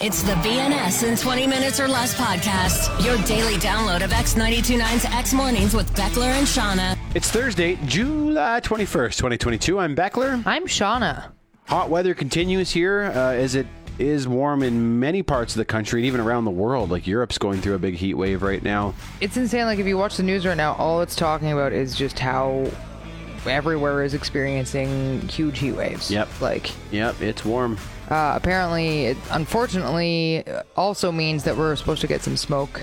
It's the BNS in 20 Minutes or Less podcast, your daily download of X929's X Mornings with Beckler and Shauna. It's Thursday, July 21st, 2022. I'm Beckler. I'm Shauna. Hot weather continues here uh, as it is warm in many parts of the country and even around the world. Like Europe's going through a big heat wave right now. It's insane. Like, if you watch the news right now, all it's talking about is just how everywhere is experiencing huge heat waves. Yep. Like, Yep, it's warm. uh, apparently, it unfortunately uh, also means that we're supposed to get some smoke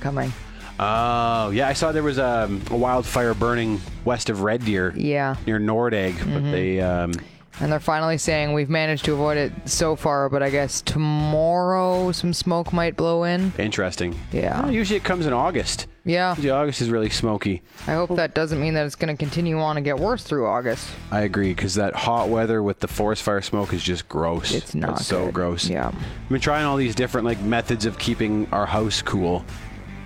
coming. Oh, yeah. I saw there was um, a wildfire burning west of Red Deer. Yeah. Mm-hmm. Near Nordegg, but they um, And they're finally saying we've managed to avoid it so far, but I guess tomorrow some smoke might blow in. interesting. Yeah. Oh. Well, usually it comes in August. Yeah. Usually August is really smoky. I hope that doesn't mean that it's going to continue on and get worse through August. I agree because that hot weather with the forest fire smoke is just gross. It's not It's so good. gross. Yeah. I've been trying all these different like methods of keeping our house cool,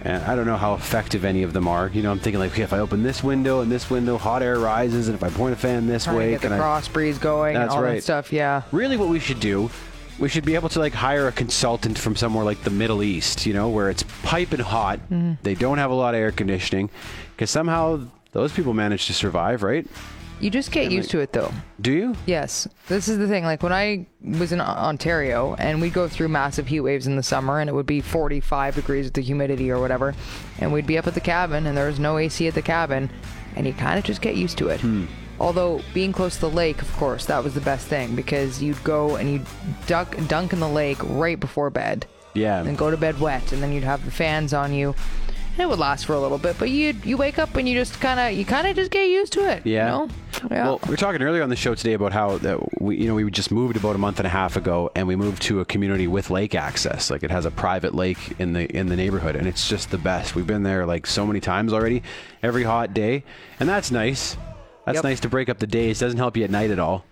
and I don't know how effective any of them are. You know, I'm thinking like, okay, if I open this window and this window, hot air rises, and if I point a fan this Trying way, to get the can I- cross breeze going and That's all right. that stuff. Yeah. Really, what we should do. We should be able to like hire a consultant from somewhere like the Middle East, you know, where it's piping hot. Mm-hmm. They don't have a lot of air conditioning, because somehow those people manage to survive, right? You just get used to it though. Do you? Yes. This is the thing. Like when I was in O- Ontario and we'd go through massive heat waves in the summer and it would be 45 degrees with the humidity or whatever. And we'd be up at the cabin and there was no AC at the cabin and you kind of just get used to it. Although being close to the lake, of course, that was the best thing because you'd go and you'd duck, dunk in the lake right before bed Yeah. and go to bed wet and then you'd have the fans on you. And It would last for a little bit, but you you wake up and you just kind of you kind of just get used to it. you Yeah. know? Yeah. Well, we were talking earlier on the show today about how that we, you know, we just moved about a month and a half ago, and we moved to a community with lake access. Like it has a private lake in the in the neighborhood, and it's just the best. We've been there like so many times already, every hot day, and that's nice. That's Yep. nice to break up the days. Doesn't help you at night at all,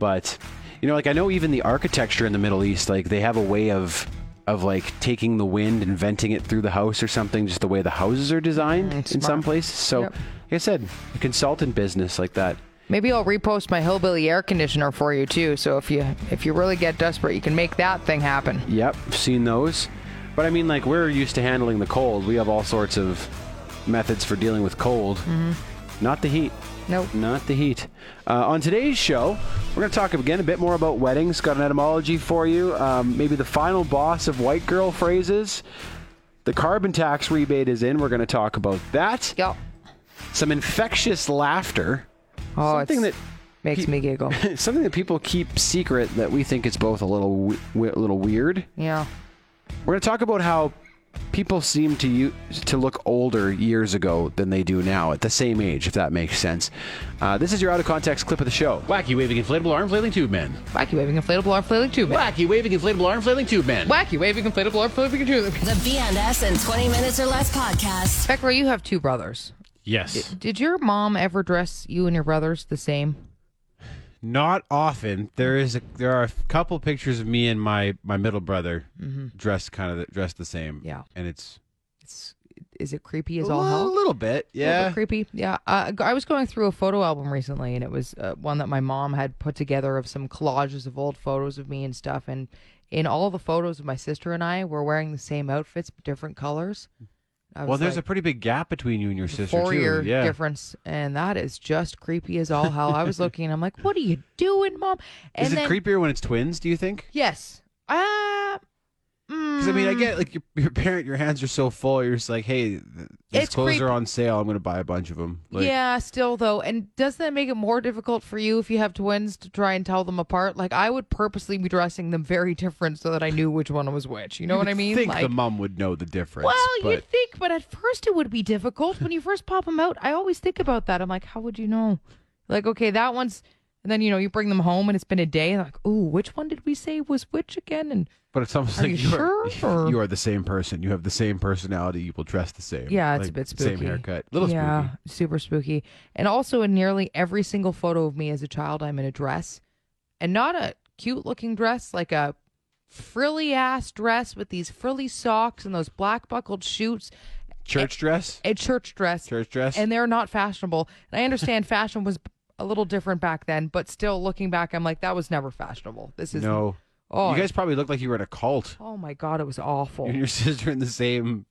but you know, like I know even the architecture in the Middle East, like they have a way of of like taking the wind and venting it through the house or something, just the way the houses are designed Mm, in some smart. places. So, Yep. like I said, a consultant business like that. Maybe I'll repost my hillbilly air conditioner for you too. So if you if you really get desperate, you can make that thing happen. Yep, seen those. But I mean, like, we're used to handling the cold. We have all sorts of methods for dealing with cold. Mm-hmm. Not the heat. Nope. Not the heat. Uh, on today's show, we're going to talk again a bit more about weddings. Got an etymology for you. Um, maybe the final boss of white girl phrases. The carbon tax rebate is in. We're going to talk about that. Yep. Some infectious laughter. Oh, something it's- that Makes me giggle. something that people keep secret that we think is both a little w- w- a little weird Yeah. We're going to talk about how people seem to u- to look older years ago than they do now at the same age, if that makes sense. Uh, this is your out of context clip of the show. Wacky waving inflatable arm flailing tube man. Wacky waving inflatable arm flailing tube. man. Wacky waving inflatable arm flailing tube man. Wacky waving inflatable arm flailing tube. man. The BNS in 20 Minutes or Less podcast. Becker, you have two brothers. Yes. Did your mom ever dress you and your brothers the same? Not often. There is a, there are a couple pictures of me and my my middle brother Mm-hmm. dressed kind of the, dressed the same. Yeah. And it's It's is it creepy as a all li- hell? little bit. little bit Yeah. creepy. Yeah, uh, I was going through a photo album recently, and it was uh, one that my mom had put together of some collages of old photos of me and stuff. And in all the photos of my sister and I, we're wearing the same outfits but different colors. I was Well, there's like, a pretty big gap between you and your sister four too. year yeah. difference, and that is just creepy as all hell. I was looking, and I'm like, "What are you doing, mom?" And Is it then, creepier when it's twins? Do you think? Yes. Uh, Because I mean, I get like your, your parent, your hands are so full. You're just like, hey, th- these It's clothes creep- are on sale. I'm gonna buy a bunch of them. Like, yeah, still though. And doesn't that make it more difficult for you if you have twins to try and tell them apart? Like I would purposely be dressing them very different so that I knew which one was which. You know what I mean? think like the mom would know the difference. Well, but... you'd think, but at first it would be difficult when you first pop them out. I always think about that. I'm like, how would you know? Like, okay, that one's and then you know, you bring them home and it's been a day and like, "Ooh, which one did we say was which again?" And But it's almost Are like you are, sure, or- you are the same person. You have the same personality. You will dress the same. Yeah, it's a Like, bit spooky. Same haircut. Little yeah, spooky. super spooky. And also in nearly every single photo of me as a child, I'm in a dress, and not a cute looking dress, like a frilly ass dress with these frilly socks and those black buckled shoes. Church dress. A church dress. Church dress. And they're not fashionable. And I understand fashion was a little different back then, but still looking back, I'm like, that was never fashionable. This is no. Oh, you guys probably looked like you were in a cult. oh my god, it was awful. You and your sister in the same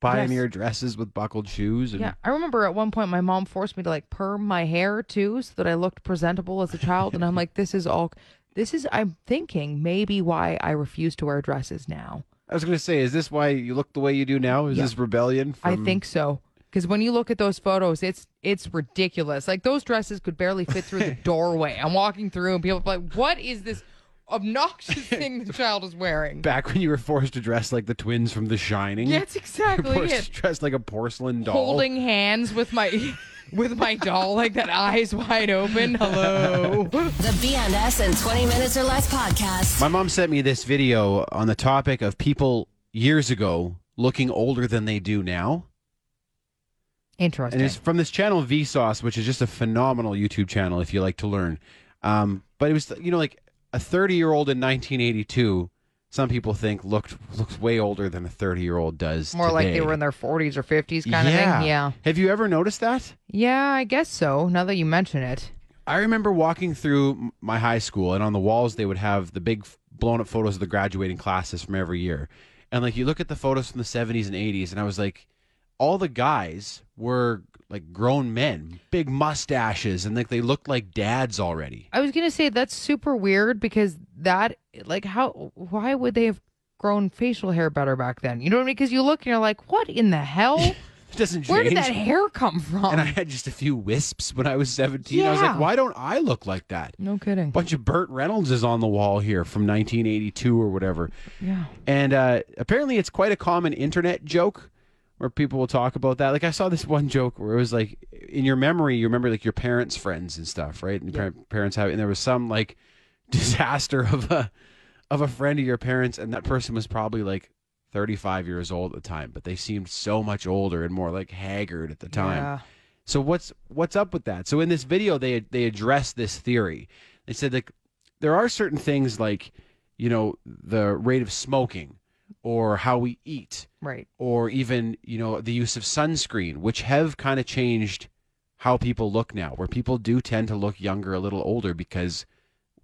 pioneer dresses with buckled shoes. And Yeah, I remember at one point my mom forced me to like perm my hair too, so that I looked presentable as a child. and I'm like, this is all. This is. I'm thinking maybe why I refuse to wear dresses now. I was going to say, is this why you look the way you do now? Is Yeah. this rebellion? From... I think so. Because when you look at those photos, it's it's ridiculous. Like those dresses could barely fit through the doorway. I'm walking through and people are like, "What is this obnoxious thing the child is wearing?" back when you were forced to dress like the twins from The Shining. That's exactly forced it. to dress like a porcelain doll. Holding hands with my with my doll like that, eyes wide open. Hello. The BNS in 20 minutes or less podcast. My mom sent me this video on the topic of people years ago looking older than they do now. Interesting. And it's from this channel Vsauce, which is just a phenomenal YouTube channel if you like to learn. Um, but it was you know like a 30 year old in 1982. Some people think looked looks way older than a 30 year old does. More like they today. were in their 40s or 50s kind of thing. Yeah. Have you ever noticed that? Yeah, I guess so. Now that you mention it. I remember walking through m- my high school, and on the walls they would have the big f- blown up photos of the graduating classes from every year. And like you look at the photos from the 70s and 80s, and I was like, all the guys were like grown men, big mustaches, and like they looked like dads already. I was going to say that's super weird because that, like, how, why would they have grown facial hair better back then? You know what I mean? Because you look and you're like, what in the hell? It doesn't change. Where did that hair come from? and I had just a few wisps when I was 17. I was Yeah. like, why don't I look like that? no kidding. bunch of Burt Reynolds is on the wall here from 1982 or whatever. Yeah. And uh, apparently, it's quite a common internet joke where people will talk about that. Like, I saw this one joke where it was like, in your memory, you remember like your parents' friends and stuff, right? And par- parents have, and there was some like disaster of a of a friend of your parents, and that person was probably like 35 years old at the time, but they seemed so much older and more like haggard at the time. Yeah. So what's what's up with that? So in this video, they they address this theory. They said like there are certain things like you know the rate of smoking, or how we eat, Right. or even you know the use of sunscreen, which have kind of changed how people look now, where people do tend to look younger, a little older because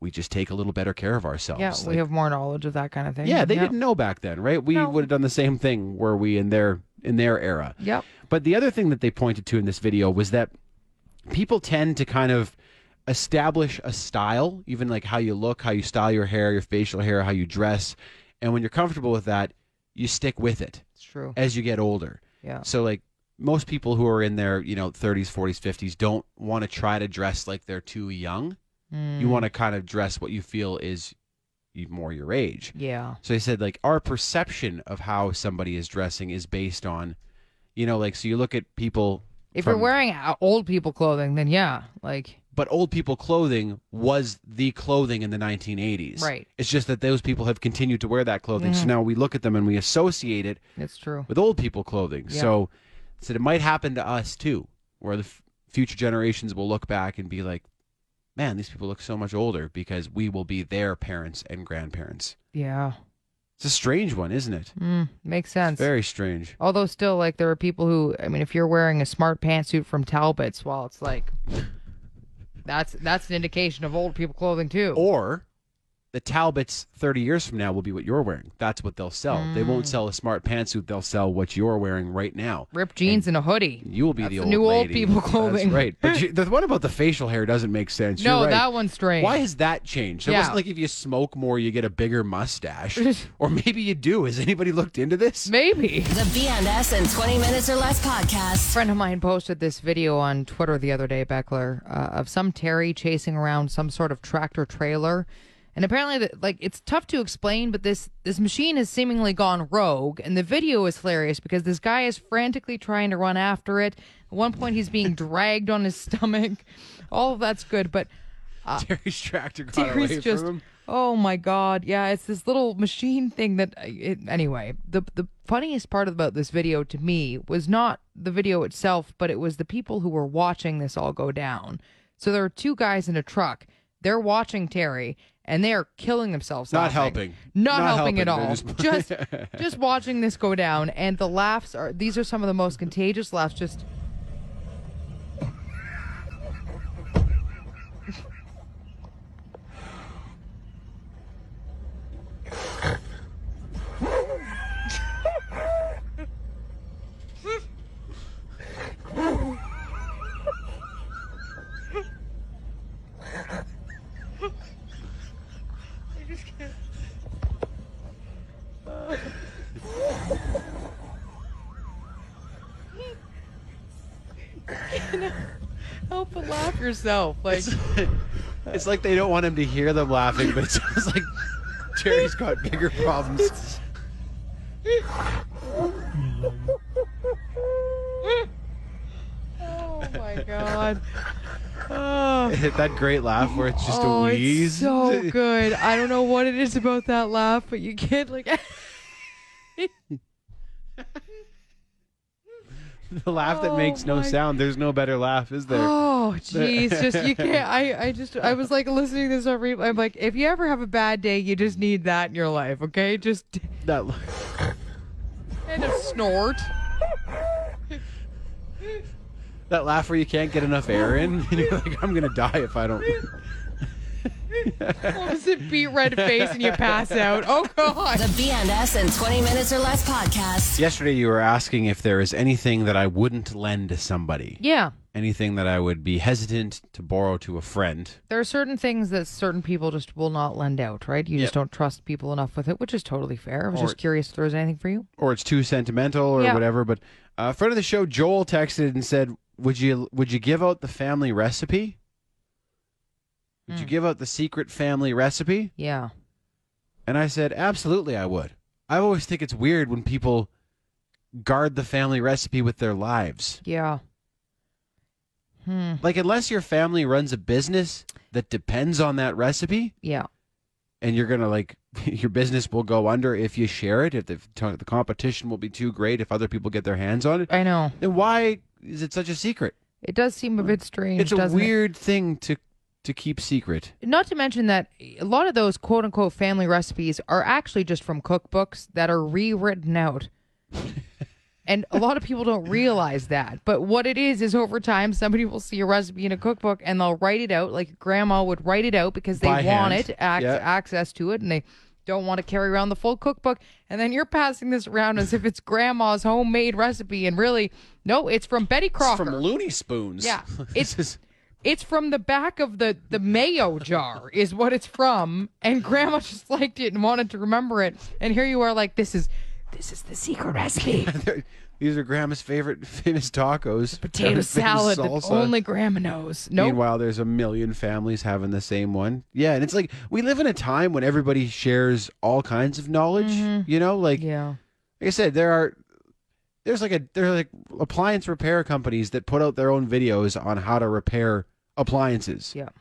we just take a little better care of ourselves. Yeah. Like, we have more knowledge of that kind of thing. Oh, yeah, they didn't know back then, right? We No. would have done the same thing were we in their in their era. Yep. But the other thing that they pointed to in this video was that people tend to kind of establish a style, even like how you look, how you style your hair, your facial hair, how you dress. And when you're comfortable with that, you stick with it It's true. as you get older. Yeah. So like most people who are in their, you know, 30s, 40s, 50s don't want to try to dress like they're too young. You Mm. want to kind of dress what you feel is y- more your age. Yeah. So he said, like, our perception of how somebody is dressing is based on, you know, like, so you look at people. If from- you're wearing uh, old people clothing, then yeah. Like, But old people clothing was the clothing in the 1980s. Right. Mm-hmm. It's just that those people have continued to wear that clothing. So now we look at them and we associate it it's true. with old people clothing. Yeah. So, so it might happen to us too, where the f- future generations will look back and be like, man, these people look so much older because we will be their parents and grandparents. Yeah. It's a strange one, isn't it? Mm, makes sense. Very strange. Although still, like there are people who, I mean, if you're wearing a smart pantsuit from Talbots, well, it's like that's that's an indication of old people clothing too. Or the Talbots 30 years from now will be what you're wearing. That's what they'll sell. They won't Mm. sell a smart pantsuit. They'll sell what you're wearing right now. Ripped jeans and, a hoodie. You will be That's the the old new old lady. people clothing. That's right. But you, the one about the facial hair doesn't make sense. no, You're right. that one's strange. Why has that changed? It Yeah. wasn't like if you smoke more, you get a bigger mustache. or maybe you do. Has anybody looked into this? Maybe. The BNS in 20 minutes or less podcast. A friend of mine posted this video on Twitter the other day, Beckler, uh, of some Terry chasing around some sort of tractor trailer. And apparently, the, like it's tough to explain, but this this machine has seemingly gone rogue, and the video is hilarious because this guy is frantically trying to run after it. At one point, he's being dragged on his stomach. All of that's good, but Terry's tractor got Terry's away just from him. oh my god yeah it's this little machine thing that uh, it, anyway the the funniest part about this video to me was not the video itself but it was the people who were watching this all go down so there are two guys in a truck they're watching terry and they are killing themselves Not laughing. helping. not, Not helping, helping. at all They're just just watching this go down and the laughs are these are some of the most contagious laughs just Help but laugh yourself. Like It's like they don't want him to hear them laughing, but it sounds like Jerry's got bigger problems. Oh my god. Oh, that great laugh where it's just oh a it's wheeze. so good. I don't know what it is about that laugh, but you get like the laugh that Oh makes no my- sound. There's no better laugh, is there? Oh jeez, just you can't I, I just I was like listening to this on replay. I'm like, if you ever have a bad day, you just need that in your life, okay? Just That kind of snort. that laugh where you can't get enough air in, and you're like, I'm gonna die if I don't. Opposite beat red face and you pass out. Oh god. The BNS in 20 Minutes or Less podcast. Yesterday, you were asking if there is anything that I wouldn't lend to somebody, Yeah. anything that I would be hesitant to borrow to a friend. There are certain things that certain people just will not lend out, right? You just don't trust people enough with it, which is totally fair. I was just curious if there was anything for you. or it's too sentimental or Yeah. whatever. But uh, a friend of the show, Joel, texted and said, "Would you would you give out the family recipe? Would Mm. you give out the secret family recipe?" Yeah. And I said, "Absolutely, I would." I always think it's weird when people guard the family recipe with their lives. Yeah. Hmm. Like unless your family runs a business that depends on that recipe, Yeah. and you're gonna like your business will go under if you share it. If the, the competition will be too great, if other people get their hands on it, I know. then why is it such a secret? It does seem a bit strange. it's a doesn't it? weird thing to to keep secret. Not to mention that a lot of those quote unquote family recipes are actually just from cookbooks that are rewritten out. and a lot of people don't realize that. But what it is is over time somebody will see a recipe in a cookbook and they'll write it out like grandma would write it out because they By want hand. it, ac- Yeah. access to it and they don't want to carry around the full cookbook and then you're passing this around as if it's grandma's homemade recipe and really no, it's from Betty Crocker. Looney Spoons. Yeah, it's it's from the back of the the mayo jar is what it's from, and Grandma just liked it and wanted to remember it. And here you are, like this is this is the secret recipe: These are Grandma's favorite famous tacos. potato Everything's salad that salsa. only Grandma knows. No, Meanwhile, there's a million families having the same one. Yeah, and it's like we live in a time when everybody shares all kinds of knowledge. You know, like Mm-hmm. yeah, like I said, there are there's like a there's like appliance repair companies that put out their own videos on how to repair appliances. yeah, Mm.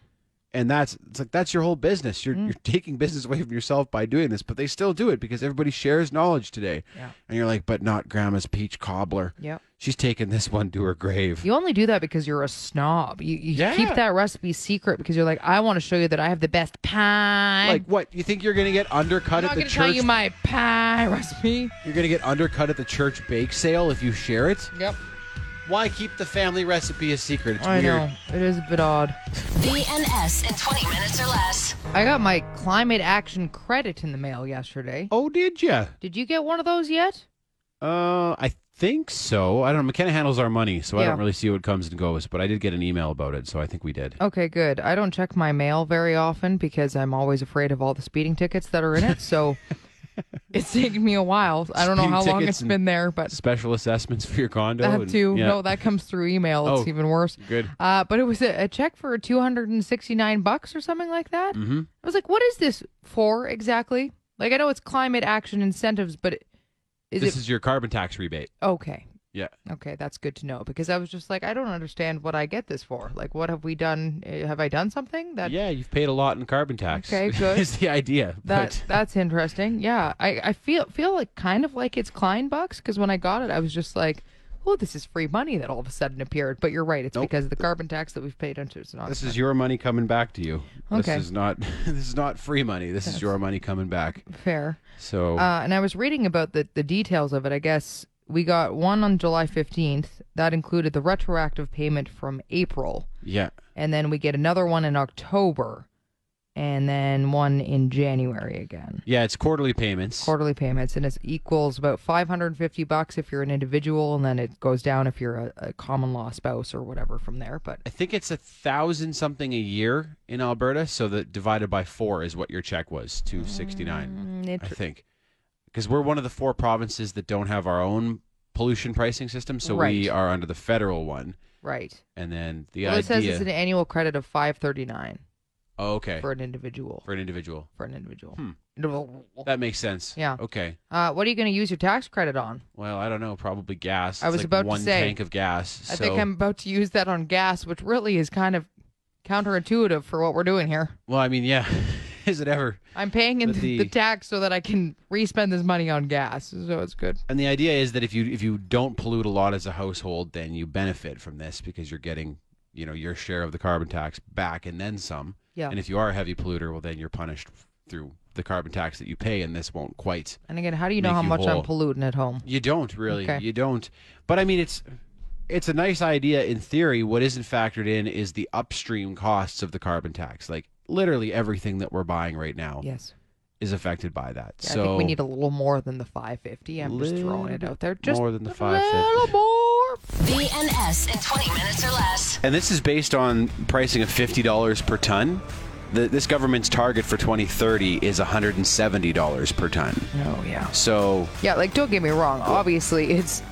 and that's it's like that's your whole business. You're you're taking business away from yourself by doing this, but they still do it because everybody shares knowledge today. Yeah. And you're like, but not grandma's peach cobbler. yeah. She's taking this one to her grave. You only do that because you're a snob. You, you Yeah. keep that recipe secret because you're like, I want to show you that I have the best pie. like what? You think you're gonna get undercut at I'm not the gonna tell church? you my pie recipe. you're gonna get undercut at the church bake sale if you share it. Yep, Why keep the family recipe a secret? It's I weird. know it is a bit odd. BNS in 20 Minutes or Less. I got my climate action credit in the mail yesterday. Oh, did ya? Did you get one of those yet? Uh, I think so. I don't know. McKenna handles our money, so I Yeah. don't really see what comes and goes. But I did get an email about it, so I think we did. Okay, good. I don't check my mail very often because I'm always afraid of all the speeding tickets that are in it. So it's taken me a while. I don't know Speeding how long tickets it's and- been there, but special assessments for your condo. that and- too. yeah. No, that comes through email. It's Oh, even worse. good. Uh, but it was a, a check for 269 bucks or something like that. Mm-hmm. I was like, what is this for exactly? Like, I know it's climate action incentives, but it- is this it is your carbon tax rebate. okay? Yeah. Okay, that's good to know because I was just like, I don't understand what I get this for. Like, what have we done? Eh, Have I done something that Yeah, you've paid a lot in carbon tax. Okay, good. is the idea. that but- that's interesting? Yeah, I, I feel feel like kind of like it's Klein bucks because when I got it, I was just like, oh, this is free money that all of a sudden appeared. But you're right, it's because of the carbon tax that we've paid into. It's not. this is your money coming back to you. Okay. This is not this is not free money. This is your money coming back. fair. So Uh, and I was reading about the, the details of it. I guess we got one on July 15th. That included the retroactive payment from April. yeah. And then we get another one in October. And then one in January again. Yeah, it's quarterly payments. Quarterly payments. And it equals about 550 bucks if you're an individual. And then it goes down if you're a, a common law spouse or whatever from there. But I think it's a thousand something a year in Alberta, so that divided by four is what your check was, two sixty nine. mm, I it, think. because we're one of the four provinces that don't have our own pollution pricing system, so Right. we are under the federal one. Right. And then the well, it says idea, it's an annual credit of 539 oh, okay, for an individual. for an individual, For an individual. Hmm. Individual. that makes sense. Yeah. Okay. Uh, what are you going to use your tax credit on? Well, I don't know. Probably gas. I It's was like about to one say, tank of gas. I so think I'm about to use that on gas, which really is kind of counterintuitive for what we're doing here. Well, I mean, yeah. Is it ever? I'm paying in But the, the- tax so that I can re-spend this money on gas, so it's good. And the idea is that if you if you don't pollute a lot as a household, then you benefit from this because you're getting you know your share of the carbon tax back and then some. Yeah. And if you are a heavy polluter, well then you're punished through the carbon tax that you pay, and this won't quite. And again, how do you know Make how you much I'm whole. polluting at home? You don't really. Okay. You don't. But I mean, it's it's a nice idea in theory. What isn't factored in is the upstream costs of the carbon tax. Like literally everything that we're buying right now Yes. is affected by that. Yeah, so I think we need a little more than the 550. I'm just throwing Little it bit out there. Just more than the A 550. little more. BNS in 20 minutes or less. And this is based on pricing of fifty dollars per ton. The, this government's target for 2030 is $170 per ton. Oh yeah. So Yeah, like don't get me wrong. Obviously, it's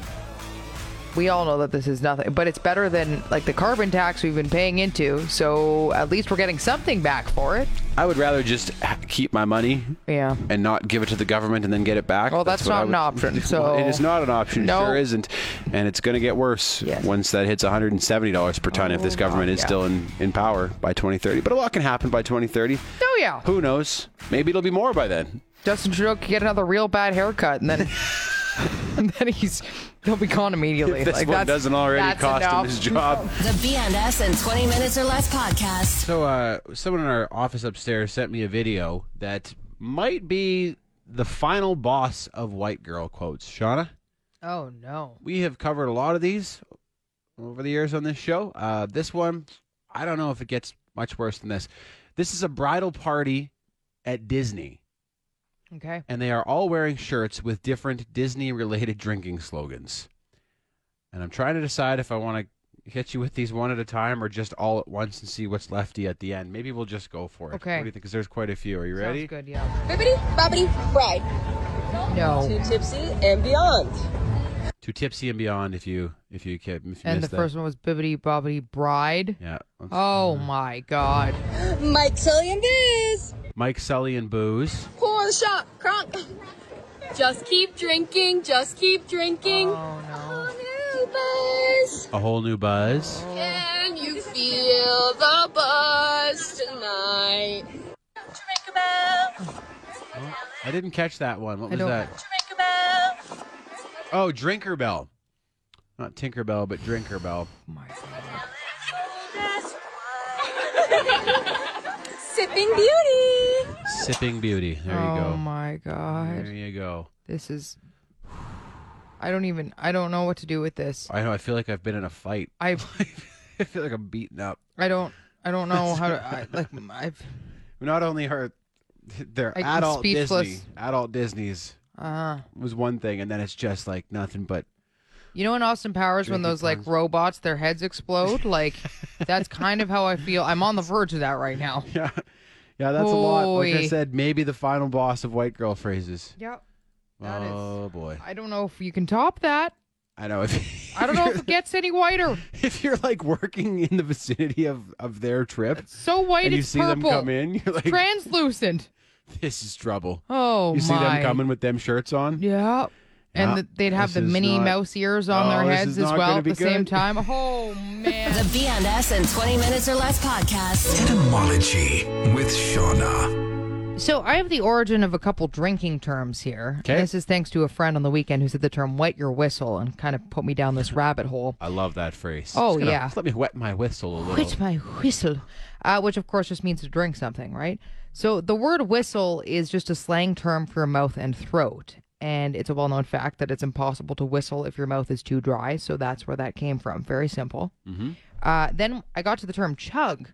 we all know that this is nothing, but it's better than like the carbon tax we've been paying into. So at least we're getting something back for it. I would rather just ha- keep my money Yeah. and not give it to the government and then get it back. Well, that's, what I not an would- option. So Well, it is not an option. No. It sure isn't. And it's going to get worse Yes. Oh, once that hits $170 per ton if this government is yeah. still in, in power by 2030. But a lot can happen by 2030. Oh yeah. Who knows? Maybe it'll be more by then. Justin Trudeau could get another real bad haircut, and then and then he's he'll be gone immediately. If this like one that's- doesn't already that's cost enough. him his job. The BNS in 20 minutes or less podcast. So, uh, someone in our office upstairs sent me a video that might be the final boss of white girl quotes. Shauna, Oh no. we have covered a lot of these over the years on this show. Uh, this one, I don't know if it gets much worse than this. This is a bridal party at Disney, Okay. and they are all wearing shirts with different Disney related drinking slogans. And I'm trying to decide if I want to hit you with these one at a time or just all at once and see what's lefty at the end. Maybe we'll just go for it. Okay. What do you think? Because there's quite a few. Are you ready? Sounds good. Yeah. Bibbity bobbity bride. No. Too tipsy and beyond. To tipsy and beyond, if you if you can, if you And the missed that. first one was Bibbidi Bobbidi Bride. Yeah. Let's- Oh my God. Mike Sully and Biz. Mike Sully and booze. Pour on the shot. Crunk. Just keep drinking, just keep drinking. Oh no. Buzz. A whole new buzz. Oh. Can you feel the buzz tonight? Jamaica Bell. I didn't catch that one. What was don't- that? Jamaica Bell. Oh, Drinker Bell. Not Tinker Bell, but Drinker Bell. Sipping Beauty. Sipping Beauty. There you Oh go. my There God. you go. This is. I don't even. I don't know what to do with this. I know. I feel like I've been in a fight. I. I feel like I'm beaten up. I don't. I don't know how to. I, like I've. Not only are their I- I'm adult Disney, speechless. adult Disney's Uh, was one thing, and then it's just like nothing but you know, in Austin Powers, when Drinking those like times. robots, their heads explode. Like, that's kind of how I feel. I'm on the verge of that right now. yeah, yeah. That's a lot. Like I Oy. said, maybe the final boss of white girl phrases. Yep. That is- Oh boy, I don't know if you can top that. I know. If, I don't know if it gets any whiter. if you're like working in the vicinity of of their trip, So white and you it's see purple. them come in, you're like, Translucent. this is trouble. Oh you my. see them coming with them shirts on. Yeah. And Yeah, th- they'd have this the is mini not- mouse ears on Oh, their this heads is as not well gonna at be the same good. time. Oh man. The BNS in 20 minutes or less podcast. Etymology with Shauna. So I have the origin of a couple drinking terms here. Okay. This is thanks to a friend on the weekend who said the term "wet your whistle" and kind of put me down this rabbit hole. I love that phrase. Oh, Just gonna- yeah. just let me wet my whistle a little. Quit my whistle, uh, which of course just means to drink something, right? So the word whistle is just a slang term for your mouth and throat. And it's a well known fact that it's impossible to whistle if your mouth is too dry. So that's where that came from. Very simple. Uh, then I got to the term chug.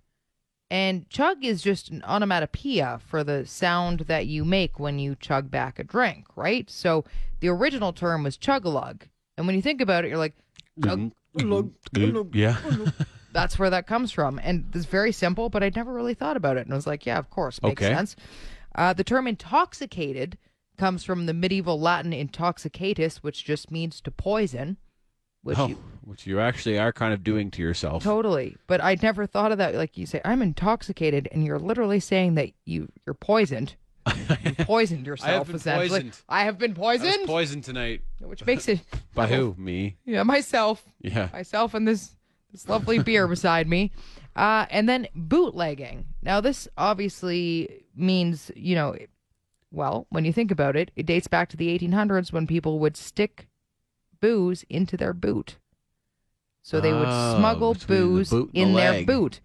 And chug is just an onomatopoeia for the sound that you make when you chug back a drink, right? So the original term was chug a lug. And when you think about it, you're like, Mm-hmm. chug a lug. yeah. That's where that comes from. And it's very simple, but I'd never really thought about it. And I was like, yeah, of course, makes Okay. sense. Uh, the term intoxicated comes from the medieval Latin intoxicatus, which just means to poison. Which Oh, you, which you actually are kind of doing to yourself. totally. But I never thought of that. Like you say, I'm intoxicated, and you're literally saying that you you're poisoned. You poisoned yourself. been essentially. poisoned. I have been I was poisoned, poisoned tonight. which makes it By who? Oh. Me. yeah myself Yeah. myself and this this lovely beer beside me. Uh, and then bootlegging. Now this obviously means you know, well, when you think about it, it dates back to the 1800s when people would stick booze into their boot. So they would Oh, smuggle between the booze boot and in the their leg. boot.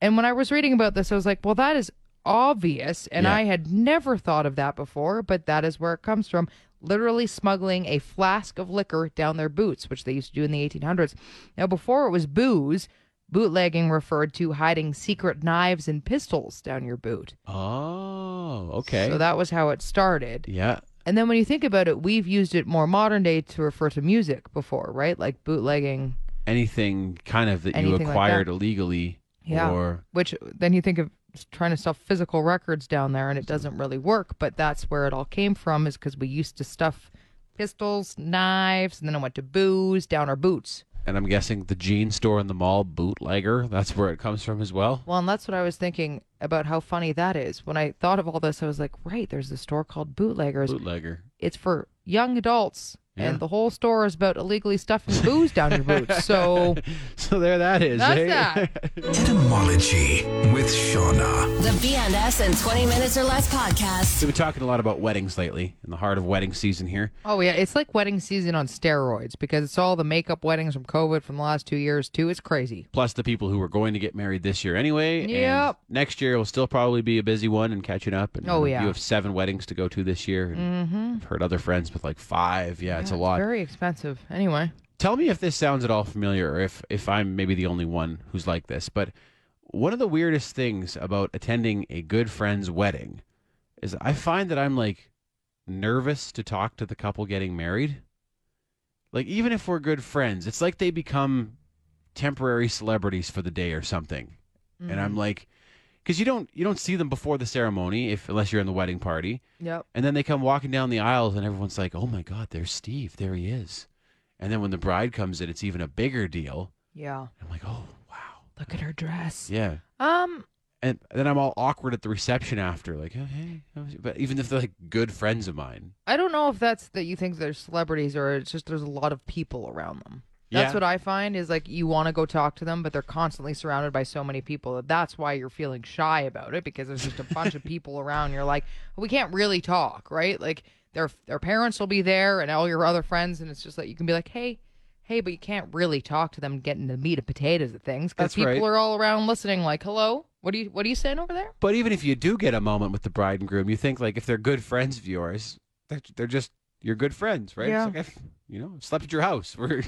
And when I was reading about this, I was like, well, that is obvious, and Yeah. I had never thought of that before. But that is where it comes from. Literally smuggling a flask of liquor down their boots, which they used to do in the 1800s. Now, before it was booze, bootlegging referred to hiding secret knives and pistols down your boot. Oh, okay. So that was how it started. yeah. And then when you think about it, we've used it more modern day to refer to music before, right? Like bootlegging. Anything kind of that Anything you like acquired that. illegally Yeah. or Which then you think of trying to stuff physical records down there and it doesn't really work, but that's where it all came from is because we used to stuff pistols, knives, and then it went to booze down our boots. and I'm guessing the jean store in the mall bootlegger, that's where it comes from as well. Well, and that's what I was thinking about how funny that is. When I thought of all this, I was like, right, there's a store called Bootleggers. Bootlegger. It's for young adults. Yeah. And the whole store is about illegally stuffing booze down your boots. So So there that is. that's eh? that. Etymology with Shauna. The BNS in 20 Minutes or Less podcast. We've been talking a lot about weddings lately, in the heart of wedding season here. Oh yeah, it's like wedding season on steroids because it's all the makeup weddings from COVID from the last two years too. It's crazy. Plus the people who were going to get married this year anyway. and Yep. next year will still probably be a busy one and catching up. And Oh, uh, yeah. Mm-hmm. You have seven weddings to go to this year. And I've heard other friends with like five. Yeah, it's a lot. Very expensive. Anyway, Tell me if this sounds at all familiar or if, if I'm maybe the only one who's like this. But one of the weirdest things about attending a good friend's wedding is I find that I'm like nervous to talk to the couple getting married. Like, even if we're good friends, it's like they become temporary celebrities for the day or something. And I'm like, because you don't you don't see them before the ceremony if unless you're in the wedding party. yep. And then they come walking down the aisles, and everyone's like, "Oh my God, there's Steve. There he is." And then when the bride comes in, it's even a bigger deal. Yeah. I'm like, "Oh wow, Look at her dress. yeah." Um. And then I'm all awkward at the reception after, like, "Oh hey," how was it?" but even if they're like good friends of mine, I don't know if that's that you think they're celebrities or it's just there's a lot of people around them. That's Yeah. what I find is like you want to go talk to them, but they're constantly surrounded by so many people that that's why you're feeling shy about it because there's just a bunch of people around. You're like, we can't really talk, right? Like their their parents will be there and all your other friends, and it's just like you can be like, hey, hey, but you can't really talk to them, getting the meat and potatoes of things because That's right. people are all around listening. Like, hello, what are you what are you saying over there? But even if you do get a moment with the bride and groom, you think like if they're good friends of yours, they're, they're just your good friends, right? Yeah. It's like I've, you know, slept at your house. We're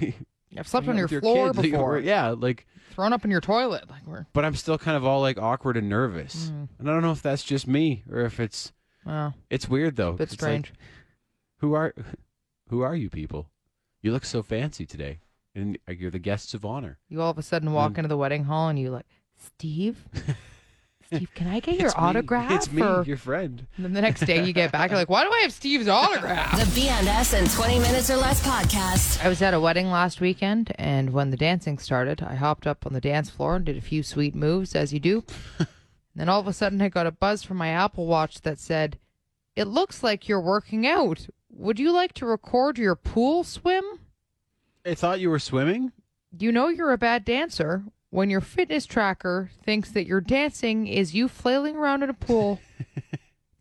I've slept on with your, floor kids. before, yeah. Like, thrown up in your toilet, like we're but I'm still kind of all like awkward and nervous, Mm. and I don't know if that's just me or if it's well, it's weird though. a bit It's like, strange. who are who are you people? You look so fancy today, and uh, you're the guests of honor. You all of a sudden walk Mm. into the wedding hall and you like, Steve, Steve, can I get your It's me. autograph? It's me, Or- your friend. and then the next day you get back, you're like, why do I have Steve's autograph? The BNS in 20 Minutes or Less podcast. I was at a wedding last weekend, and when the dancing started, I hopped up on the dance floor and did a few sweet moves, as you do. And then all of a sudden, I got a buzz from my Apple Watch that said, It looks like you're working out. Would you like to record your pool swim? I thought you were swimming. You know you're a bad dancer when your fitness tracker thinks that your dancing is you flailing around in a pool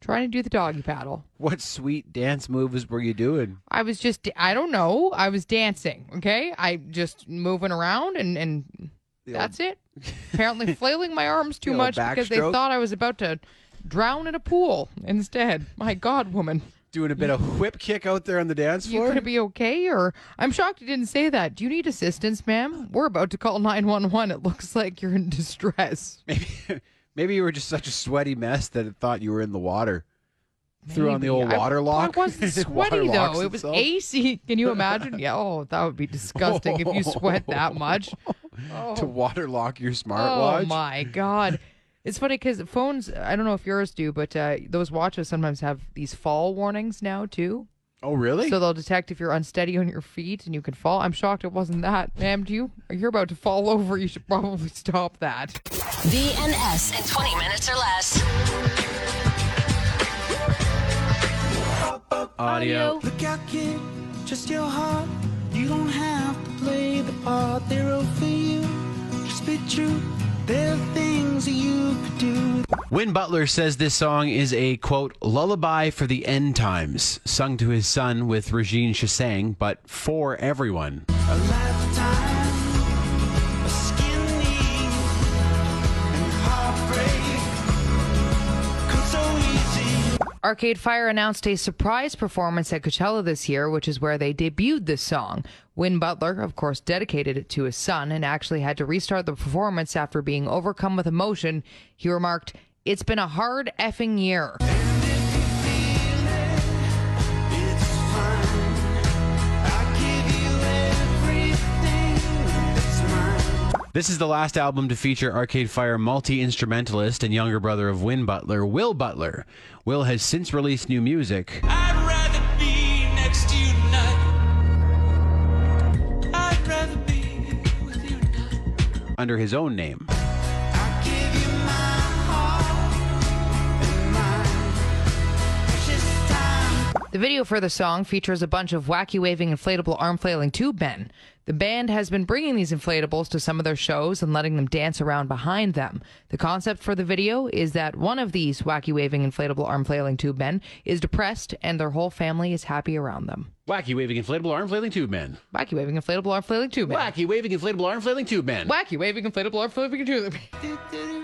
trying to do the doggy paddle. What sweet dance moves were you doing? I was just I don't know, I was dancing, okay? I just moving around and and that's it. Apparently flailing my arms too The old much because they backstroke. thought I was about to drown in a pool instead. My god, woman. Doing a bit of whip kick out there on the dance You gonna be okay? Or I'm shocked you didn't say that. Do you need assistance, ma'am? We're about to call 911. It looks like you're in distress. Maybe, maybe you were just such a sweaty mess that it thought you were in the water. Threw on the Maybe. old I- water I lock. wasn't sweaty Waterlocks though. It was itself. AC. Can you imagine? Yeah. Oh, that would be disgusting if you sweat that much. to waterlock your smartwatch. Oh my god. It's funny because phones, I don't know if yours do, but uh, those watches sometimes have these fall warnings now too. Oh, really? So they'll detect if you're unsteady on your feet and you can fall. I'm shocked it wasn't that. Ma'am, do you, you're about to fall over. You should probably stop that. V and S in 20 minutes or less. Audio. Look out, kid, just your heart. You don't have to play the part they wrote for you. Just be true. There are things that you could do. Win Butler says this song is a quote lullaby for the end times, sung to his son with Regine Chasang, but for everyone. A lifetime, a skin deep, and heartbreak comes so easy. Arcade Fire announced a surprise performance at Coachella this year, which is where they debuted this song. Win Butler, of course, dedicated it to his son and actually had to restart the performance after being overcome with emotion. He remarked, It's been a hard effing year. It's fine. I give you everything that's mine. This is the last album to feature Arcade Fire multi instrumentalist and younger brother of Win Butler, Will Butler. Will has since released new music. I'd rather be next to you tonight. I'd rather be with you now. under his own name. I give you my heart and mine. It's just time. The video for the song features a bunch of wacky waving inflatable arm flailing tube men. The band has been bringing these inflatables to some of their shows and letting them dance around behind them. The concept for the video is that one of these wacky waving inflatable arm flailing tube men is depressed and their whole family is happy around them. Wacky waving inflatable arm flailing tube man. Wacky waving inflatable arm flailing tube men. Wacky waving inflatable arm flailing tube man. Wacky waving inflatable arm flailing tube men.